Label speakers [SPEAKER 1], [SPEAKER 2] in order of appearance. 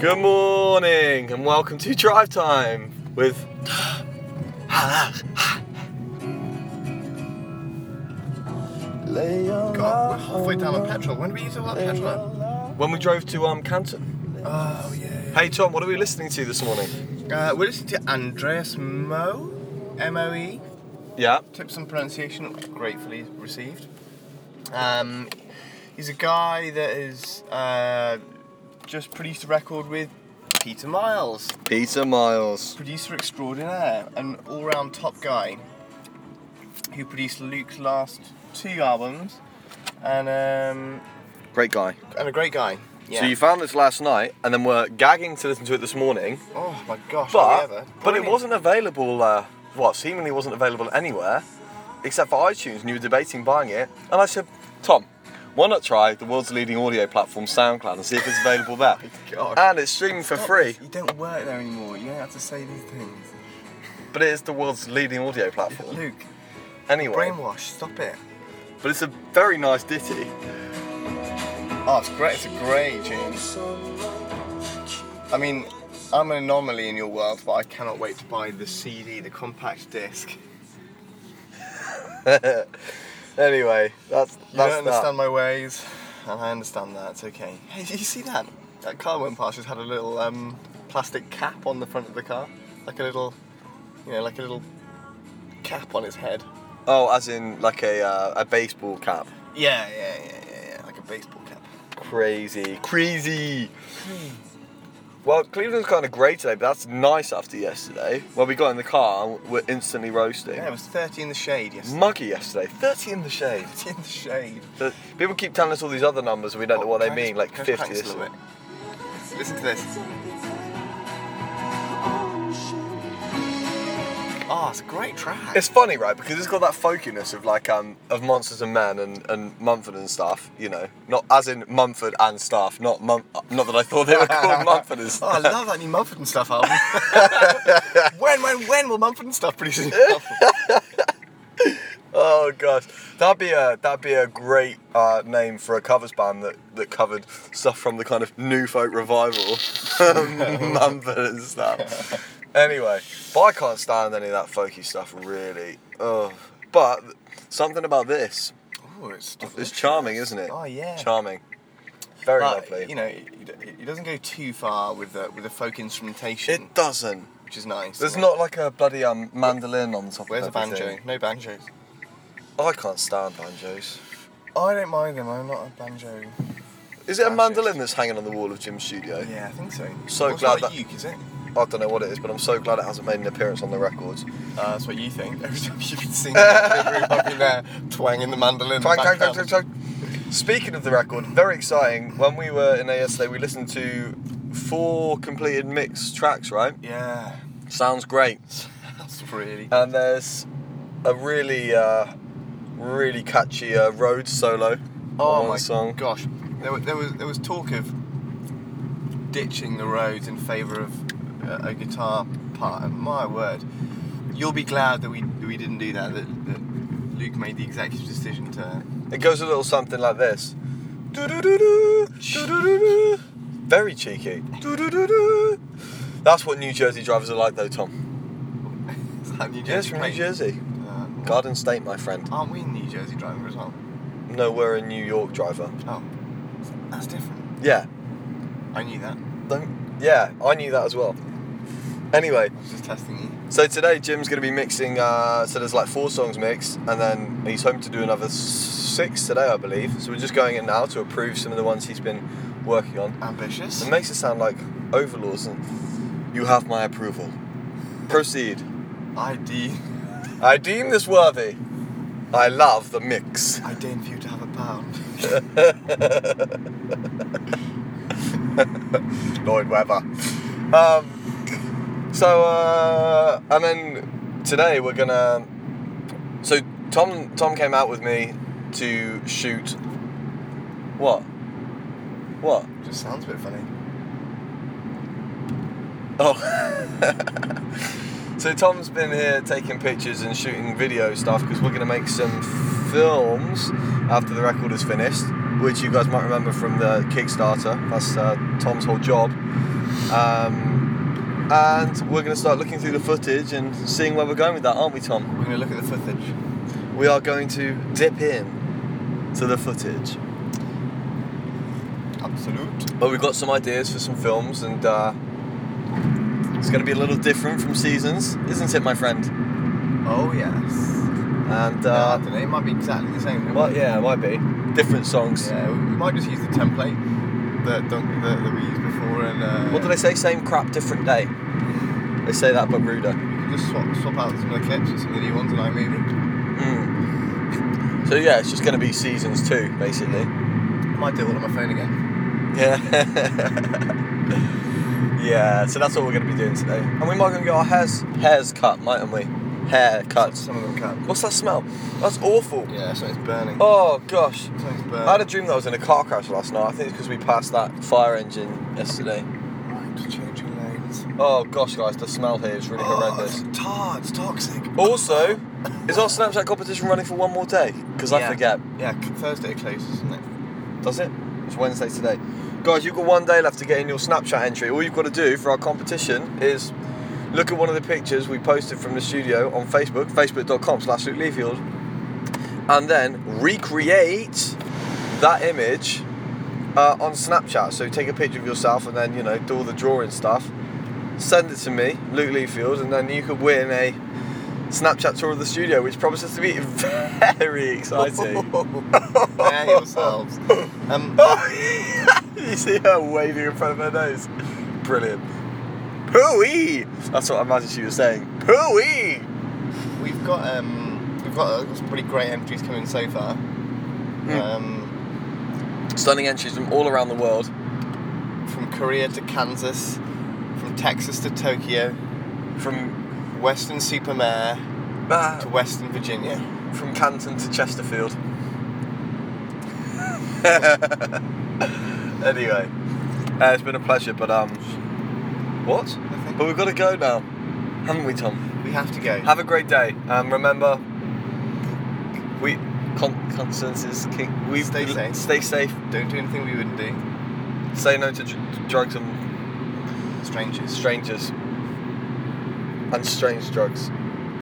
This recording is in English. [SPEAKER 1] Good morning and welcome to Drive Time with.
[SPEAKER 2] God, we're halfway down on petrol. When do we use all that petrol? at?
[SPEAKER 1] When we drove to um, Canton.
[SPEAKER 2] Oh yeah.
[SPEAKER 1] Hey Tom, what are we listening to this morning?
[SPEAKER 2] Uh, we're listening to Andreas Mo, M O E.
[SPEAKER 1] Yeah.
[SPEAKER 2] Tips on pronunciation, gratefully received. Um, he's a guy that has uh, just produced a record with Peter Miles,
[SPEAKER 1] Peter Miles.
[SPEAKER 2] producer extraordinaire, an all-round top guy who produced Luke's last two albums, and um,
[SPEAKER 1] Great guy.
[SPEAKER 2] and a great guy. Yeah.
[SPEAKER 1] So you found this last night and then we're gagging to listen to it this morning,
[SPEAKER 2] Oh my gosh!
[SPEAKER 1] but but
[SPEAKER 2] however,
[SPEAKER 1] it
[SPEAKER 2] brilliant.
[SPEAKER 1] wasn't available. Uh, well, seemingly wasn't available anywhere except for iTunes, and you were debating buying it. And I said, Tom, why not try the world's leading audio platform, SoundCloud, and see if it's available there?
[SPEAKER 2] God.
[SPEAKER 1] And it's streaming for free.
[SPEAKER 2] You don't work there anymore. You don't have to say these things.
[SPEAKER 1] But it is the world's leading audio platform.
[SPEAKER 2] Luke,
[SPEAKER 1] Anyway,
[SPEAKER 2] brainwash. Stop it.
[SPEAKER 1] but it's a very nice ditty.
[SPEAKER 2] Oh, it's great. It's a great tune. I mean, I'm an anomaly in your world, but I cannot wait to buy the CD, the compact disc.
[SPEAKER 1] Anyway, that's
[SPEAKER 2] You
[SPEAKER 1] that's
[SPEAKER 2] don't
[SPEAKER 1] that.
[SPEAKER 2] understand my ways, and I understand that. It's okay. Hey, did you see that? That car went past. Just had a little um, plastic cap on the front of the car, like a little, you know, like a little cap on its head.
[SPEAKER 1] Oh, as in like a uh, a baseball cap.
[SPEAKER 2] Yeah, yeah, yeah, yeah, yeah. Like a baseball cap.
[SPEAKER 1] Crazy, crazy. Well, Cleveland's kind of grey today, but that's nice after yesterday. Well, we got in the car and we're instantly roasting.
[SPEAKER 2] Yeah, it was 30 in the shade yesterday.
[SPEAKER 1] Muggy yesterday, 30 in the shade.
[SPEAKER 2] 30 in the shade.
[SPEAKER 1] The- people keep telling us all these other numbers and we don't know what they
[SPEAKER 2] Oh, Can I just-
[SPEAKER 1] mean, like
[SPEAKER 2] can I just
[SPEAKER 1] 50.
[SPEAKER 2] practice a
[SPEAKER 1] this-
[SPEAKER 2] little bit? Listen to this. Oh, it's a great track.
[SPEAKER 1] It's funny, right? Because it's got that folkiness of like um of Monsters and Men and, and Mumford and stuff. You know, not as in Mumford and Staff. Not Mum. Not that I thought they were called Mumford and
[SPEAKER 2] Oh, I
[SPEAKER 1] Staff.
[SPEAKER 2] love that new Mumford and Stuff album. when, when, when will Mumford and Stuff produce a new album?
[SPEAKER 1] Oh gosh, that'd be a that'd be a great uh, name for a covers band that, that covered stuff from the kind of new folk revival, Um, Mumford and stuff. Anyway, but I can't stand any of that folky stuff really. Oh, but something about this
[SPEAKER 2] Ooh, it's,
[SPEAKER 1] is charming, isn't it?
[SPEAKER 2] Oh, yeah.
[SPEAKER 1] charming. Very
[SPEAKER 2] But,
[SPEAKER 1] lovely.
[SPEAKER 2] You know, it, it- it doesn't go too far with the, with the folk instrumentation,
[SPEAKER 1] It doesn't.
[SPEAKER 2] which is nice.
[SPEAKER 1] There's
[SPEAKER 2] isn't it?
[SPEAKER 1] not like a bloody um, mandolin on top
[SPEAKER 2] Where's a
[SPEAKER 1] of everything.
[SPEAKER 2] banjo? No banjos.
[SPEAKER 1] I can't stand banjos.
[SPEAKER 2] Oh, I don't mind them. I'm not a banjo.
[SPEAKER 1] Is it a
[SPEAKER 2] Banjos.
[SPEAKER 1] mandolin that's hanging on the wall of Jim's studio?
[SPEAKER 2] Yeah, I think so.
[SPEAKER 1] So
[SPEAKER 2] Well, it's
[SPEAKER 1] glad that-
[SPEAKER 2] not a uke, is it?
[SPEAKER 1] I don't know what it is, but I'm so glad it hasn't made an appearance on the records.
[SPEAKER 2] Uh, that's what you think. Every time you can sing, you're fucking there, twanging the mandolin. in the
[SPEAKER 1] Twang, twang, twang,
[SPEAKER 2] background.
[SPEAKER 1] twang, twang. Speaking of the record, very exciting. When we were in there yesterday, we listened to four completed mix tracks, right?
[SPEAKER 2] Yeah, Oh
[SPEAKER 1] Sounds great.
[SPEAKER 2] that's really.
[SPEAKER 1] And there's a really, uh, really catchy uh, Rhodes solo
[SPEAKER 2] oh
[SPEAKER 1] on
[SPEAKER 2] my
[SPEAKER 1] one song.
[SPEAKER 2] gosh, there, wa- there was there was talk of ditching the roads in favour of a, a guitar part. And my word, you'll be glad that we that we didn't do that. That, that Luke made the executive decision to.
[SPEAKER 1] It goes a little something like this. Do-do-do-do, do-do-do-do. Very cheeky. Do-do-do-do. That's what New Jersey drivers are like, though, Tom.
[SPEAKER 2] Is that New
[SPEAKER 1] Yes,
[SPEAKER 2] Jersey?
[SPEAKER 1] from New
[SPEAKER 2] mate?
[SPEAKER 1] Jersey.
[SPEAKER 2] Uh,
[SPEAKER 1] Garden State, my friend.
[SPEAKER 2] Aren't we New Jersey driver as well?
[SPEAKER 1] No, we're a New York driver.
[SPEAKER 2] Oh, that's different.
[SPEAKER 1] Yeah.
[SPEAKER 2] I knew that.
[SPEAKER 1] Don't, yeah, I knew that as well. Anyway,
[SPEAKER 2] I was just testing you.
[SPEAKER 1] so today Jim's going to be mixing, uh, so there's like four songs mixed, and then he's hoping to do another s- six today, I believe. So we're just going in now to approve some of the ones he's been working on.
[SPEAKER 2] Ambitious.
[SPEAKER 1] It makes it sound like overlords and you have my approval. Proceed.
[SPEAKER 2] ID.
[SPEAKER 1] I deem this worthy. I love the mix.
[SPEAKER 2] I deign for you to have a pound.
[SPEAKER 1] Lloyd Webber. Um, so, uh, and then today we're gonna. So Tom Tom came out with me to shoot. What? What?
[SPEAKER 2] Just sounds a bit funny.
[SPEAKER 1] Oh. so Tom's been here taking pictures and shooting video stuff because we're going to make some films after the record is finished. which you guys might remember from the Kickstarter. That's uh, Tom's whole job. Um, and we're going to start looking through the footage and seeing where we're going with that, aren't we, Tom?
[SPEAKER 2] We're gonna look at the footage.
[SPEAKER 1] We are going to dip in to the footage.
[SPEAKER 2] Absolute.
[SPEAKER 1] But we've got some ideas for some films, and uh, it's going to be a little different from seasons, isn't it, my friend?
[SPEAKER 2] Oh yes.
[SPEAKER 1] And
[SPEAKER 2] No, I
[SPEAKER 1] uh,
[SPEAKER 2] don't know. It might be exactly the same.
[SPEAKER 1] well, yeah, it might be different songs.
[SPEAKER 2] Yeah, we we might just use the template that don't, that, that we used before and. Uh,
[SPEAKER 1] What do they say? Same crap, different day. They say that, but ruder.
[SPEAKER 2] We can just swap swap out some of the clips with some of the new ones and I maybe.
[SPEAKER 1] Mm. So yeah, it's just going to be seasons two, basically.
[SPEAKER 2] Might do it all on my phone again.
[SPEAKER 1] Yeah. yeah. So that's what we're going to be doing today, and we might going to get our hairs hairs cut, mightn't we? Hair cuts.
[SPEAKER 2] Some of them can.
[SPEAKER 1] What's that smell? That's awful.
[SPEAKER 2] Yeah, so it's burning.
[SPEAKER 1] Oh gosh.
[SPEAKER 2] Something's burning.
[SPEAKER 1] I had a dream that I was in a car crash last night. I think it's because we passed that fire engine yesterday.
[SPEAKER 2] Right, just change your lanes.
[SPEAKER 1] Oh gosh, guys, the smell here is really
[SPEAKER 2] Oh,
[SPEAKER 1] horrendous.
[SPEAKER 2] it's tar, it's toxic.
[SPEAKER 1] Also, is our Snapchat competition running for one more day? Because I
[SPEAKER 2] Yeah.
[SPEAKER 1] forget.
[SPEAKER 2] Yeah, c- Thursday closes, isn't it?
[SPEAKER 1] Does it? It's Wednesday today. Guys, you've got one day left to get in your Snapchat entry. All you've got to do for our competition is look at one of the pictures we posted from the studio on Facebook, facebook.com slash Luke Leafield, and then recreate that image uh, on Snapchat. So take a picture of yourself and then, you know, do all the drawing stuff. Send it to me, Luke Leafield, and then you could win a Snapchat tour of the studio, which promises to be very exciting.
[SPEAKER 2] Prepare yourselves. Um,
[SPEAKER 1] you see her waving in front of her nose. Brilliant. Pooey! That's what I imagine she was saying. Pooey!
[SPEAKER 2] we've got um, we've got uh, some pretty great entries coming so far. Um,
[SPEAKER 1] Stunning entries from all around the world.
[SPEAKER 2] from Korea to Kansas, from Texas to Tokyo,
[SPEAKER 1] From
[SPEAKER 2] Western Supermare to
[SPEAKER 1] ah,
[SPEAKER 2] Western Virginia.
[SPEAKER 1] from Canton to Chesterfield. anyway, uh, it's been a pleasure, but um, what?
[SPEAKER 2] I think.
[SPEAKER 1] But we've got to go now, haven't we, Tom?
[SPEAKER 2] We have to go.
[SPEAKER 1] Have a great day, and remember, we con- Constance is king. We
[SPEAKER 2] Stay safe.
[SPEAKER 1] Stay safe.
[SPEAKER 2] Don't do anything we wouldn't do.
[SPEAKER 1] Say no to dr- drugs and
[SPEAKER 2] Strangers.
[SPEAKER 1] strangers. And strange drugs.